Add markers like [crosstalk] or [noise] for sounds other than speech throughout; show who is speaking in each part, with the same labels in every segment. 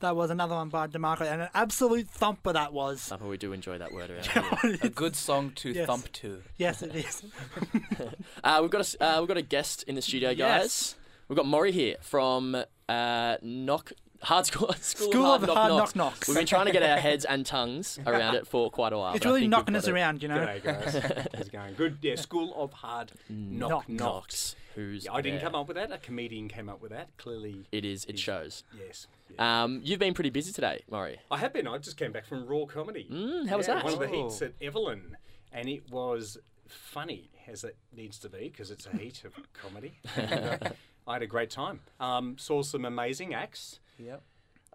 Speaker 1: That was another one by DeMarco, and an absolute thumper that was.
Speaker 2: Somehow we do enjoy that word around
Speaker 1: [laughs]
Speaker 2: here.
Speaker 3: A good song to
Speaker 1: Yes.
Speaker 3: thump to.
Speaker 1: Yes, it is.
Speaker 2: Uh, we've got a s- uh, we've got a guest in the studio, guys.
Speaker 1: Yes.
Speaker 2: We've got Maury here from uh, Knock Hard [laughs] School, School,
Speaker 1: School
Speaker 2: of Hard,
Speaker 1: of
Speaker 2: knock,
Speaker 1: Hard
Speaker 2: Knocks.
Speaker 1: Knock Knocks.
Speaker 2: We've been trying to get our
Speaker 1: [laughs]
Speaker 2: heads and tongues around it for quite a while.
Speaker 1: It's
Speaker 2: but I
Speaker 1: really
Speaker 2: think we've
Speaker 1: knocking
Speaker 2: got
Speaker 1: us
Speaker 2: it.
Speaker 1: around, you know. [laughs]
Speaker 4: G'day, guys. [laughs] How's it going? Good. Yeah, School of Hard Knock
Speaker 1: Knock
Speaker 4: Knock.
Speaker 2: Knocks. Who's
Speaker 4: Yeah, I didn't
Speaker 2: there?
Speaker 4: come up with that. A comedian came up with that. Clearly,
Speaker 2: It is. It shows.
Speaker 4: yes. Yeah.
Speaker 2: Um, you've been pretty busy today, Maury.
Speaker 4: I have been. I just came back from Raw Comedy.
Speaker 2: Mm, how was
Speaker 4: Yeah,
Speaker 2: that?
Speaker 4: One of the
Speaker 3: Oh.
Speaker 4: heats at Evelyn, and it was funny as it needs to be because it's a heat of comedy.
Speaker 2: [laughs]
Speaker 4: And, uh, I had a great time. Um, saw some amazing acts.
Speaker 3: Yep.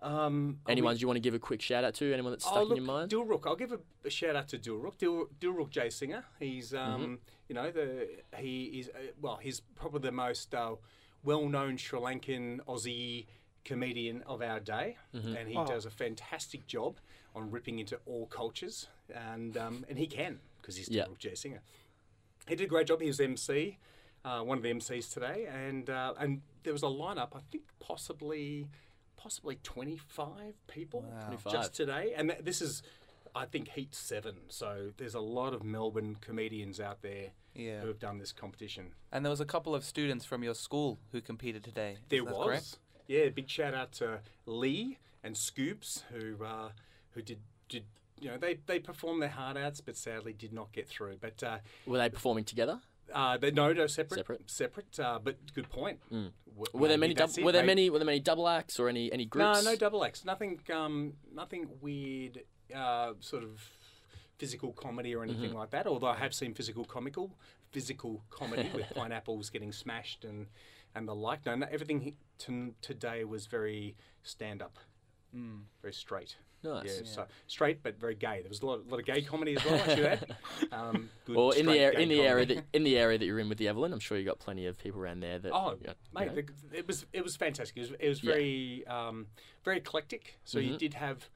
Speaker 4: Um, are we-
Speaker 2: Anyone you want to give a quick shout out to? Anyone that's stuck
Speaker 4: Oh,
Speaker 2: in
Speaker 4: look,
Speaker 2: your mind?
Speaker 4: Dilrook. I'll give a, a shout out to Dilrook. Dil, Dilrook J. Singer. He's, um,
Speaker 2: Mm-hmm.
Speaker 4: you know, the he is, uh, well, he's probably the most uh, well known Sri Lankan Aussie comedian of our day.
Speaker 2: Mm-hmm.
Speaker 4: And he
Speaker 1: Oh.
Speaker 4: does a fantastic job on ripping into all cultures. And, um, and he can, because he's Dilrook
Speaker 2: Yeah.
Speaker 4: J. Singer. He did a great job. He was MC, uh, one of the MCs today, and uh, and there was a lineup. I think possibly, possibly twenty five people
Speaker 2: 25.
Speaker 4: just today, and th- this is, I think, heat seven. So there's a lot of Melbourne comedians out there
Speaker 3: Yeah.
Speaker 4: who have done this competition.
Speaker 3: And there was a couple of students from your school who competed today. Is
Speaker 4: There
Speaker 3: that
Speaker 4: was,
Speaker 3: correct?
Speaker 4: yeah. Big shout out to Lee and Scoops who uh, who did did. You know, they, they performed their heart outs, but sadly did not get through. But uh,
Speaker 2: Were they performing together?
Speaker 4: Uh, they no, no, separate,
Speaker 2: Separate. Mm.
Speaker 4: separate, uh, but good point. W-
Speaker 2: Were there
Speaker 4: maybe
Speaker 2: many?
Speaker 4: that's
Speaker 2: Dub-
Speaker 4: it,
Speaker 2: were there
Speaker 4: may-
Speaker 2: many? Were there many double acts or any any
Speaker 4: No,
Speaker 2: groups?
Speaker 4: no double X. Nothing, um, nothing weird, uh, sort of physical comedy or
Speaker 2: Mm-hmm.
Speaker 4: anything like that. Although I have seen physical comical, physical comedy
Speaker 2: [laughs]
Speaker 4: with pineapples getting smashed and and the like. No, no everything he- to, today was very stand up. Very straight.
Speaker 2: Nice.
Speaker 4: Yeah, so straight but very gay. There was a lot, lot of gay comedy as well. I
Speaker 2: [laughs]
Speaker 4: should add. Um, good
Speaker 2: Well, in the
Speaker 4: straight
Speaker 2: air,
Speaker 4: gay
Speaker 2: in the
Speaker 4: comedy.
Speaker 2: area that in the area that you're in with the Evelyn, I'm sure you got plenty of people around there. That
Speaker 4: Oh,
Speaker 2: you know- you
Speaker 4: mate,
Speaker 2: know.
Speaker 4: the, it was it was fantastic. It was, it was
Speaker 2: Yeah.
Speaker 4: very um, very eclectic. So you did have,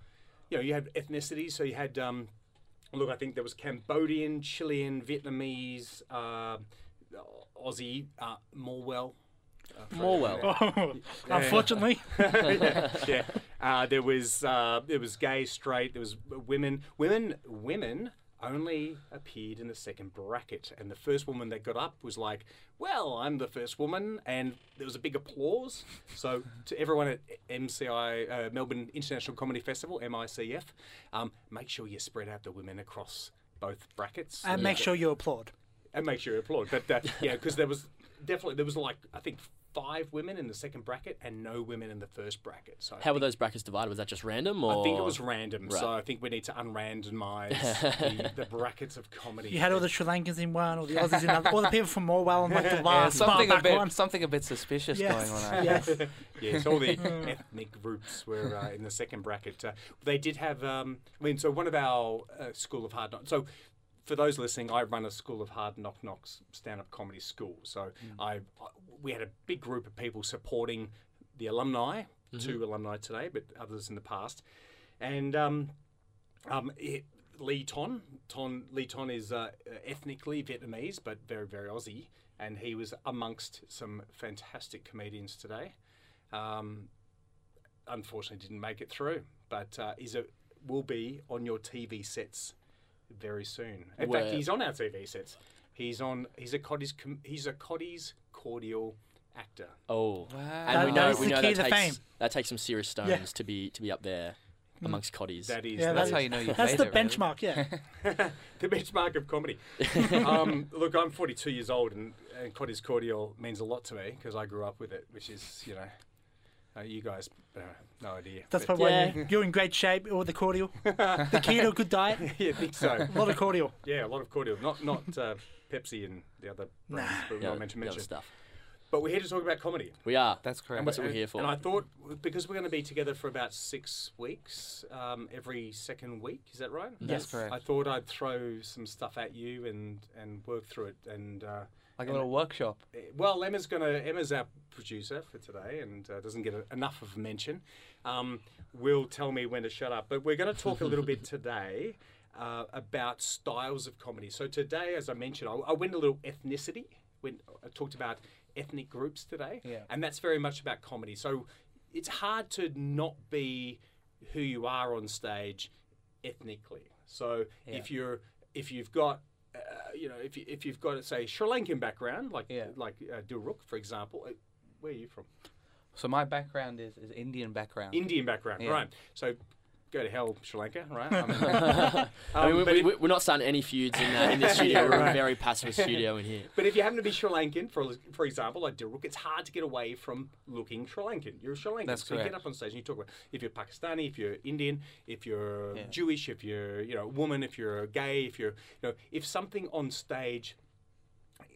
Speaker 4: you know, you had ethnicities. So you had, um, look, I think there was Cambodian, Chilean, Vietnamese, uh, Aussie, uh, Morwell. uh, from-
Speaker 2: Morwell.
Speaker 4: [laughs]
Speaker 1: Unfortunately,
Speaker 4: yeah, [laughs] yeah. Uh, there was uh, there was gay, straight. There was women, women, women only appeared in the second bracket, and the first woman that got up was like, "Well, I'm the first woman," and there was a big applause. So to everyone at MCI uh, Melbourne International Comedy Festival (MICF), um, make sure you spread out the women across both brackets
Speaker 1: and make sure you applaud.
Speaker 4: and make sure you applaud. But uh, yeah, because there was definitely there was like I think five women in the second bracket and no women in the first bracket. So I
Speaker 2: How Oh, were those brackets divided? Was that just random? Or
Speaker 4: I think it was random, so I think we need to unrandomize the, the brackets of comedy.
Speaker 1: You had all the Sri Lankans in one, all the Aussies in another, all the people from Morwell and like the
Speaker 3: Yeah,
Speaker 1: last bar
Speaker 3: something a
Speaker 1: Ah, back
Speaker 3: bit,
Speaker 1: one.
Speaker 3: something a bit suspicious
Speaker 1: Yes,
Speaker 3: going on. eh?
Speaker 4: [laughs]
Speaker 1: yes.
Speaker 4: yes, all the ethnic groups were uh, in the second bracket. Uh, they did have, um, I mean, so one of our uh, School of Hard Knocks. So, for those listening, I run a School of Hard Knock Knocks stand up comedy school. So, I, I we had a big group of people supporting the alumni, two alumni today, but others in the past. And um, um, it, Lee Ton. Ton Lee Ton is uh, ethnically Vietnamese, but very very Aussie, and he was amongst some fantastic comedians today. Um, unfortunately, didn't make it through, but uh, is a will be on your TV sets very soon. In
Speaker 2: Where-
Speaker 4: fact, he's on our TV sets. He's on. He's a Coddy's. com- He's a Coddy's cordial actor.
Speaker 2: Oh,
Speaker 3: Wow.
Speaker 2: and we
Speaker 1: That-
Speaker 2: know
Speaker 1: that's
Speaker 2: we
Speaker 1: the
Speaker 2: know
Speaker 1: key
Speaker 2: that
Speaker 1: to
Speaker 2: takes
Speaker 1: fame.
Speaker 2: that takes some serious stones
Speaker 1: Yeah.
Speaker 2: to be to be up there amongst Coddies.
Speaker 4: Mm. That is.
Speaker 1: Yeah,
Speaker 4: that
Speaker 1: that's
Speaker 4: is-
Speaker 3: how you know you've
Speaker 1: That's
Speaker 3: made
Speaker 1: the
Speaker 3: it, really.
Speaker 1: benchmark, yeah.
Speaker 4: [laughs] the benchmark of comedy. um, look, I'm 42 years old, and, and Coddy's Cordial means a lot to me because I grew up with it, which is, you know, uh, you guys, uh, no idea.
Speaker 1: That's
Speaker 4: but,
Speaker 1: probably
Speaker 2: Yeah.
Speaker 1: why you- you're in great shape. All the cordial, the key to a good diet,
Speaker 4: [laughs] yeah, I think so.
Speaker 1: a lot of cordial.
Speaker 4: yeah, a lot of cordial, not not uh, Pepsi and the other brands that
Speaker 2: the
Speaker 4: we're not
Speaker 2: other-
Speaker 4: meant to
Speaker 2: the other
Speaker 4: mention.
Speaker 2: stuff.
Speaker 4: But we're here to talk about comedy.
Speaker 2: We
Speaker 4: [laughs]
Speaker 2: are.
Speaker 3: That's correct.
Speaker 2: And that's what we're
Speaker 4: And-
Speaker 2: here for.
Speaker 4: And I thought because we're going to be together for about six weeks, um, every second week, is that right?
Speaker 3: That's correct.
Speaker 4: I thought I'd throw some stuff at you and and work through it and. Uh,
Speaker 3: Like a little workshop.
Speaker 4: Uh, Well, Emma's gonna Emma's our producer for today and uh, doesn't get a, enough of mention. Um, will tell me when to shut up. But we're going to talk a little
Speaker 3: [laughs]
Speaker 4: bit today uh, about styles of comedy. So today, as I mentioned, I, I went a little ethnicity. When I talked about ethnic groups today,
Speaker 3: Yeah.
Speaker 4: and that's very much about comedy. So it's hard to not be who you are on stage ethnically. So
Speaker 3: Yeah.
Speaker 4: if you're if you've got uh, you know if you, if you've got say Sri Lankan background like
Speaker 3: Yeah.
Speaker 4: like uh, Dilruk for example, uh, where are you from?
Speaker 3: So my background is, is Indian background.
Speaker 4: Indian background,
Speaker 3: Yeah.
Speaker 4: right? So go to hell, Sri Lanka, right? I mean,
Speaker 3: [laughs]
Speaker 2: I mean,
Speaker 4: um, but
Speaker 2: we,
Speaker 4: if-
Speaker 2: we, we're not starting any feuds in, uh, in this studio.
Speaker 4: [laughs] Yeah,
Speaker 2: We're a
Speaker 4: right.
Speaker 2: very passive studio in here.
Speaker 4: But if you happen to be Sri Lankan, for for example, like Dilruk, it's hard to get away from looking Sri Lankan. You're Sri Lankan,
Speaker 3: That's
Speaker 4: so you get
Speaker 3: correct.
Speaker 4: up on stage and you talk about if you're Pakistani, if you're Indian, if you're
Speaker 3: Yeah.
Speaker 4: Jewish, if you're you know a woman, if you're gay, if you're you know if something on stage,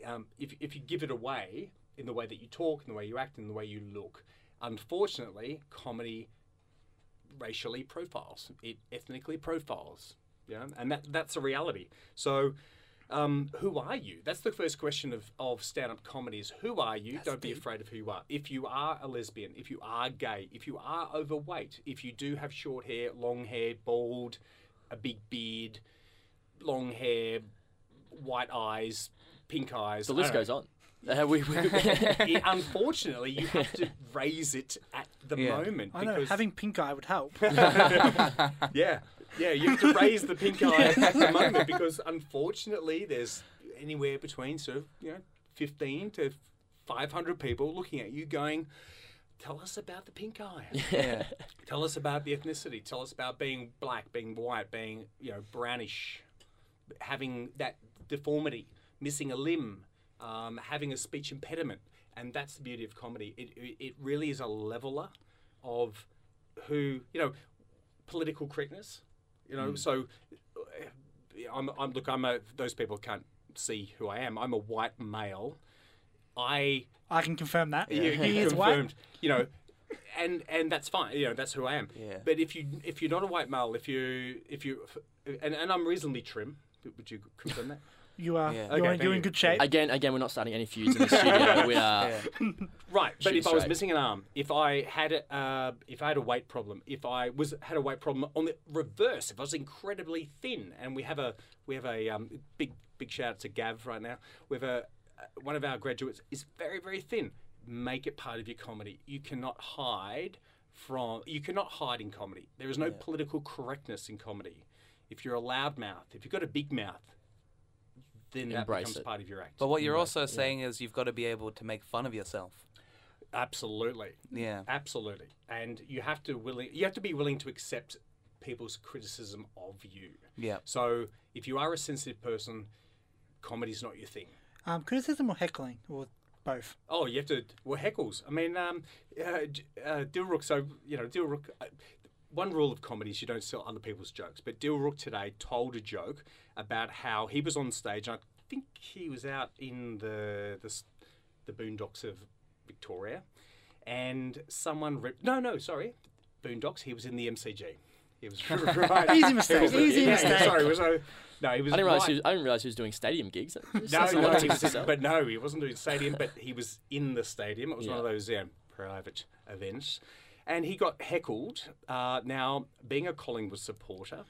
Speaker 4: um, if if you give it away in the way that you talk, in the way you act, in the way you look, unfortunately, comedy racially profiles, it ethnically profiles, yeah, and that that's a reality. So, um, who are you? That's the first question of, of stand up comedy is who are you? Don't be afraid of who you are. If you are a lesbian, if you are gay, if you are overweight, if you do have short hair, long hair, bald, a big beard, long hair, white eyes, pink eyes.
Speaker 2: The list
Speaker 4: I don't
Speaker 2: goes on. Uh, we,
Speaker 4: [laughs]
Speaker 2: we,
Speaker 4: know. [laughs] It- unfortunately, you have
Speaker 2: [laughs]
Speaker 4: to raise it at the
Speaker 3: Yeah.
Speaker 4: moment.
Speaker 1: I know
Speaker 4: because-
Speaker 1: having pink eye would help.
Speaker 4: Yeah, yeah, you have to raise the pink eye at the moment because unfortunately there's anywhere between sort of you know fifteen to five hundred people looking at you going, "Tell us about the pink eye.
Speaker 3: Yeah.
Speaker 4: Tell us about the ethnicity. Tell us about being black, being white, being you know brownish, having that deformity, missing a limb, um, having a speech impediment." And that's the beauty of comedy. It it it really is a leveler of who you know political correctness. You
Speaker 1: Hmm.
Speaker 4: know, so uh, I'm, I'm look, I'm a those people can't see who I am. I'm a white male.
Speaker 1: [laughs]
Speaker 4: I
Speaker 1: I can confirm that.
Speaker 4: you,
Speaker 1: He
Speaker 4: you
Speaker 1: is white.
Speaker 4: confirmed, you know, and and that's fine. You know, that's who I am.
Speaker 3: Yeah.
Speaker 4: But if you if you're not a white male, if you if you and, and I'm reasonably trim. Would you confirm that?
Speaker 1: You are.
Speaker 3: Yeah.
Speaker 4: Okay,
Speaker 1: You're,
Speaker 4: thank
Speaker 1: you're
Speaker 4: you.
Speaker 1: in good shape.
Speaker 2: again, again, we're not starting any feuds in the
Speaker 4: [laughs]
Speaker 2: studio. We are.
Speaker 3: Yeah.
Speaker 4: Right, but
Speaker 2: Shoot
Speaker 4: if I was
Speaker 2: straight.
Speaker 4: missing an arm, if I had a, uh, if I had a weight problem, if I was had a weight problem on the reverse, if I was incredibly thin, and we have a we have a um, big big shout out to Gav right now. We have a uh, one of our graduates is very very thin. Make it part of your comedy. You cannot hide from you cannot hide in comedy. There is no political correctness in comedy. If you're a loud mouth, if you've got a big mouth, then that
Speaker 2: Embrace
Speaker 4: becomes
Speaker 2: it.
Speaker 4: part of your act.
Speaker 3: But what you're also saying is you've got to be able to make fun of yourself.
Speaker 4: Absolutely.
Speaker 3: Yeah.
Speaker 4: Absolutely, and you have to willing you have to be willing to accept people's criticism of you.
Speaker 3: Yeah.
Speaker 4: So if you are a sensitive person, comedy's not your thing.
Speaker 1: Um, criticism or heckling or both.
Speaker 4: Oh, you have to well heckles. I mean, um, uh, J- uh, Dilruk. So you know, Dilruk. Uh, one rule of comedy is you don't sell other people's jokes. But Dilruk today told a joke about how he was on stage. And I think he was out in the the, s- the boondocks of Victoria, and someone ripped. No, no, sorry, boondocks. He was in the MCG. He was [laughs] right.
Speaker 1: Easy
Speaker 4: He was
Speaker 1: mistake,
Speaker 4: the-
Speaker 1: easy
Speaker 4: yeah,
Speaker 1: mistake.
Speaker 4: Sorry, was I, no, he was.
Speaker 2: I didn't realize
Speaker 4: right.
Speaker 2: he was, I didn't realize he was doing stadium gigs.
Speaker 4: No,
Speaker 2: That's a
Speaker 4: no,
Speaker 2: lot
Speaker 4: he
Speaker 2: to
Speaker 4: was in-
Speaker 2: sell.
Speaker 4: but no, he wasn't doing stadium, but he was in the stadium. It was one of
Speaker 2: Yeah.
Speaker 4: those um, private events. And he got heckled. Uh, now, being a Collingwood supporter.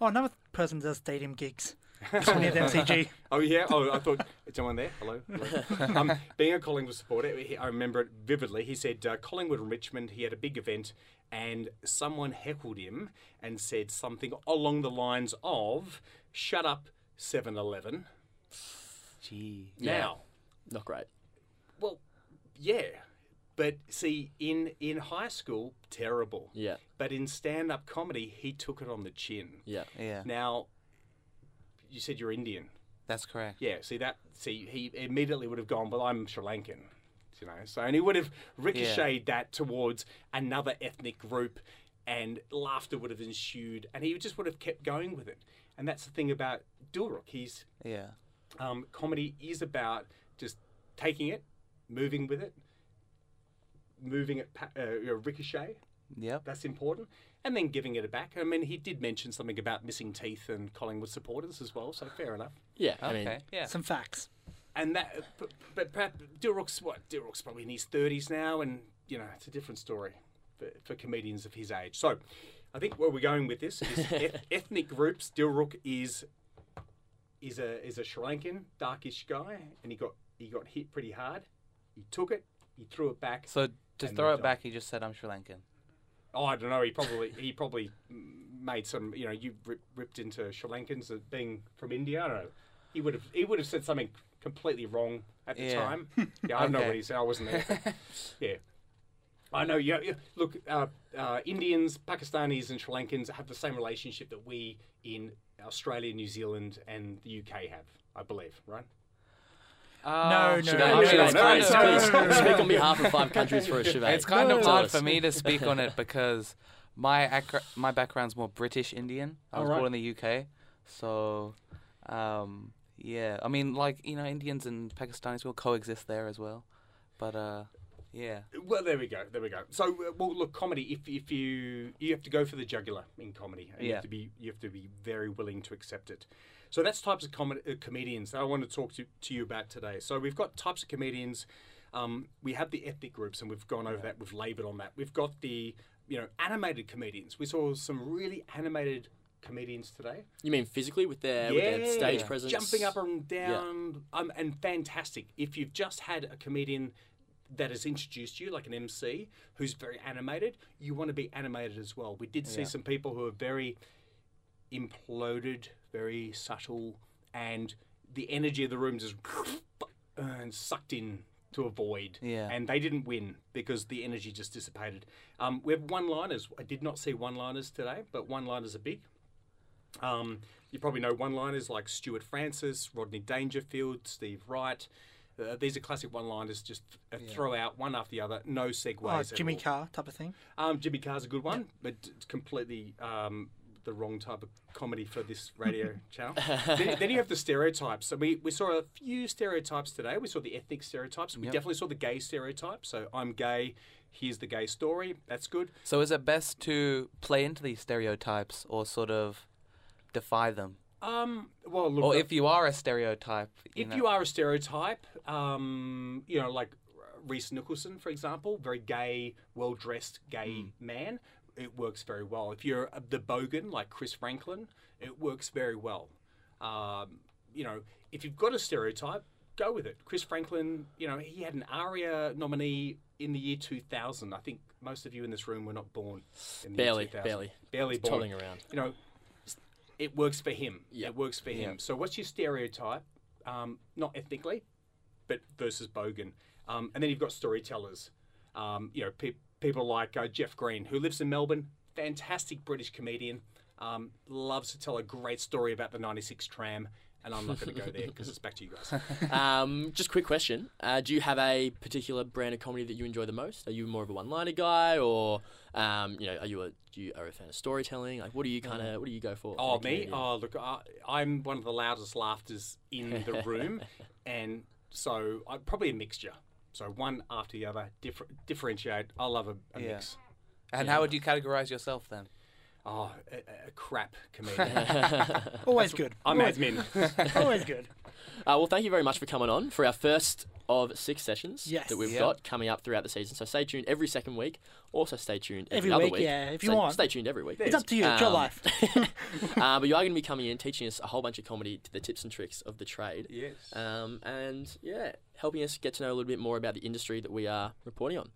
Speaker 1: Oh, another person does stadium gigs. Someone
Speaker 4: [laughs]
Speaker 1: near the MCG.
Speaker 4: Oh, yeah. Oh, I thought, [laughs] is someone there? Hello? Hello? um, being a Collingwood supporter, he- I remember it vividly. He said, uh, Collingwood and Richmond, he had a big event, and someone heckled him and said something along the lines of, shut up, 7 Eleven.
Speaker 3: Gee.
Speaker 2: Yeah.
Speaker 4: Now,
Speaker 2: Not great.
Speaker 4: Well, yeah, but see, in in high school, terrible.
Speaker 2: Yeah.
Speaker 4: But in stand up comedy, he took it on the chin.
Speaker 2: Yeah.
Speaker 3: Yeah.
Speaker 4: Now, you said you're Indian.
Speaker 3: That's correct.
Speaker 4: Yeah. See that? See, he immediately would have gone. Well, I'm Sri Lankan. You know. So and he would have ricocheted that towards another ethnic group, and laughter would have ensued, and he just would have kept going with it. And that's the thing about Dilruk. He's
Speaker 3: Yeah.
Speaker 4: um, comedy is about just taking it, moving with it, moving it pa- uh, you know, ricochet.
Speaker 3: Yep.
Speaker 4: That's important, and then giving it back. I mean, he did mention something about missing teeth and Collingwood supporters as well, so fair enough.
Speaker 2: Yeah. I
Speaker 3: Okay.
Speaker 2: mean,
Speaker 3: yeah.
Speaker 1: Some facts.
Speaker 4: And that, but, but perhaps Dilrook's what Dilrook's probably in his thirties now, and you know it's a different story for, for comedians of his age. So, I think where we're going with this
Speaker 3: [laughs]
Speaker 4: is eth- ethnic groups. Dilrook is is a is a Sri Lankan darkish guy, and he got he got hit pretty hard. He took it, he threw it back.
Speaker 3: So To
Speaker 4: and
Speaker 3: throw
Speaker 4: moved
Speaker 3: it
Speaker 4: on.
Speaker 3: back, he just said, "I'm Sri Lankan."
Speaker 4: Oh, I don't know. He probably he probably made some. You know, you rip, ripped into Sri Lankans as being from India. I don't know. He would have he would have said something completely wrong at the
Speaker 3: Yeah. [laughs]
Speaker 4: time. Yeah, I don't know what
Speaker 3: Okay.
Speaker 4: he said. I wasn't there.
Speaker 3: [laughs]
Speaker 4: but yeah. I know. Yeah, yeah. Look, uh, uh, Indians, Pakistanis, and Sri Lankans have the same relationship that we in Australia, New Zealand, and the UK have, I believe, right?
Speaker 1: no,
Speaker 2: Siobhan,
Speaker 1: no, no, no,
Speaker 2: I'm gonna speak-
Speaker 1: no,
Speaker 2: speak-
Speaker 1: no,
Speaker 2: speak-
Speaker 1: no, no,
Speaker 2: Speak
Speaker 1: no.
Speaker 2: on behalf of five countries for a Siobhan.
Speaker 3: It's kind of
Speaker 2: Tell
Speaker 3: hard
Speaker 2: us.
Speaker 3: for me to speak on it because my acro- my background's more British Indian. I
Speaker 4: All
Speaker 3: was
Speaker 4: right.
Speaker 3: born in the UK, so um, yeah. I mean, like you know, Indians and Pakistanis will coexist there as well, but uh, yeah.
Speaker 4: Well, there we go. There we go. So, uh, well, look, comedy. If, if you you have to go for the jugular in comedy, and you
Speaker 3: Yeah.
Speaker 4: have to be you have to be very willing to accept it. So that's types of com- uh, comedians that I want to talk to to you about today. So we've got types of comedians. Um, we have the ethnic groups, and we've gone over that. We've laboured on that. We've got the you know animated comedians. We saw some really animated comedians today.
Speaker 2: You mean physically with their, with their stage
Speaker 4: Yeah.
Speaker 2: presence?
Speaker 4: Jumping up and down um, and fantastic. If you've just had a comedian that has introduced you, like an MC, who's very animated, you want to be animated as well. We did see some people who are very imploded, very subtle, and the energy of the room just [laughs] and sucked in to a void.
Speaker 3: Yeah.
Speaker 4: And they didn't win because the energy just dissipated. Um, we have one liners. I did not see one liners today, but one liners are big. Um, you probably know one liners like Stuart Francis, Rodney Dangerfield, Steve Wright. Uh, these are classic one liners, just uh, throw out one after the other, no segues.
Speaker 1: Oh,
Speaker 4: at
Speaker 1: Jimmy
Speaker 4: all.
Speaker 1: Carr type of thing.
Speaker 4: Um, Jimmy Carr's a good one, but it's completely um, the wrong type of comedy for this radio
Speaker 1: [laughs]
Speaker 4: channel. Then, then you have the stereotypes. So we, we saw a few stereotypes today. We saw the ethnic stereotypes. We definitely saw the gay stereotype. So I'm gay. Here's the gay story. That's good.
Speaker 3: So is it best to play into these stereotypes or sort of defy them?
Speaker 4: Um, well, look,
Speaker 3: Or
Speaker 4: the-
Speaker 3: if you are a stereotype, you
Speaker 4: if
Speaker 3: know-
Speaker 4: you are a stereotype, um, you know, like Reese Nicholson, for example, very gay, well dressed gay man, it works very well. If you're a- the bogan, like Chris Franklin, it works very well. Um, you know, if you've got a stereotype, go with it. Chris Franklin, you know, he had an ARIA nominee in the year 2000. I think most of you in this room were not born in the
Speaker 2: Barely,
Speaker 4: year 2000.
Speaker 2: barely.
Speaker 4: Barely born
Speaker 2: Toddling around.
Speaker 4: you know, it works for him.
Speaker 2: Yeah.
Speaker 4: It works for him. So what's your stereotype? Um, not ethnically, but versus Bogan. Um, and then you've got storytellers. Um, you know, pe- people like uh, Jeff Green, who lives in Melbourne, fantastic British comedian, um, loves to tell a great story about the 96 tram. And I'm not going to go there because it's back to you
Speaker 2: [laughs]
Speaker 4: guys.
Speaker 2: Um, just quick question: uh, Do you have a particular brand of comedy that you enjoy the most? Are you more of a one-liner guy, or um, you know, are you a you are a fan of storytelling? Like, what do you
Speaker 1: Mm.
Speaker 2: kind of what do you go for?
Speaker 4: Oh,
Speaker 2: in a
Speaker 4: me?
Speaker 2: comedian?
Speaker 4: Oh, look, I, I'm one of the loudest laughters in the room. and so I, probably a mixture. So one after the other, differ, differentiate. I love a, a
Speaker 3: Yeah.
Speaker 4: mix.
Speaker 3: and how would you categorize yourself then?
Speaker 4: Oh, a, a crap comedian.
Speaker 1: Always good.
Speaker 4: I'm
Speaker 1: always,
Speaker 4: admin.
Speaker 1: always good.
Speaker 2: Uh, well, thank you very much for coming on for our first of six sessions
Speaker 1: Yes.
Speaker 2: that we've
Speaker 3: Yep.
Speaker 2: got coming up throughout the season. So stay tuned every second week. Also stay tuned every,
Speaker 1: Every
Speaker 2: other
Speaker 1: week,
Speaker 2: week.
Speaker 1: yeah, if you
Speaker 2: Stay-
Speaker 1: want.
Speaker 2: Stay tuned every week.
Speaker 1: It's up to you. It's your
Speaker 2: Um,
Speaker 1: life.
Speaker 2: uh, but you are going to be coming in teaching us a whole bunch of comedy, the tips and tricks of the trade.
Speaker 4: yes.
Speaker 2: Uh, Um, and yeah, helping us get to know a little bit more about the industry that we are reporting on.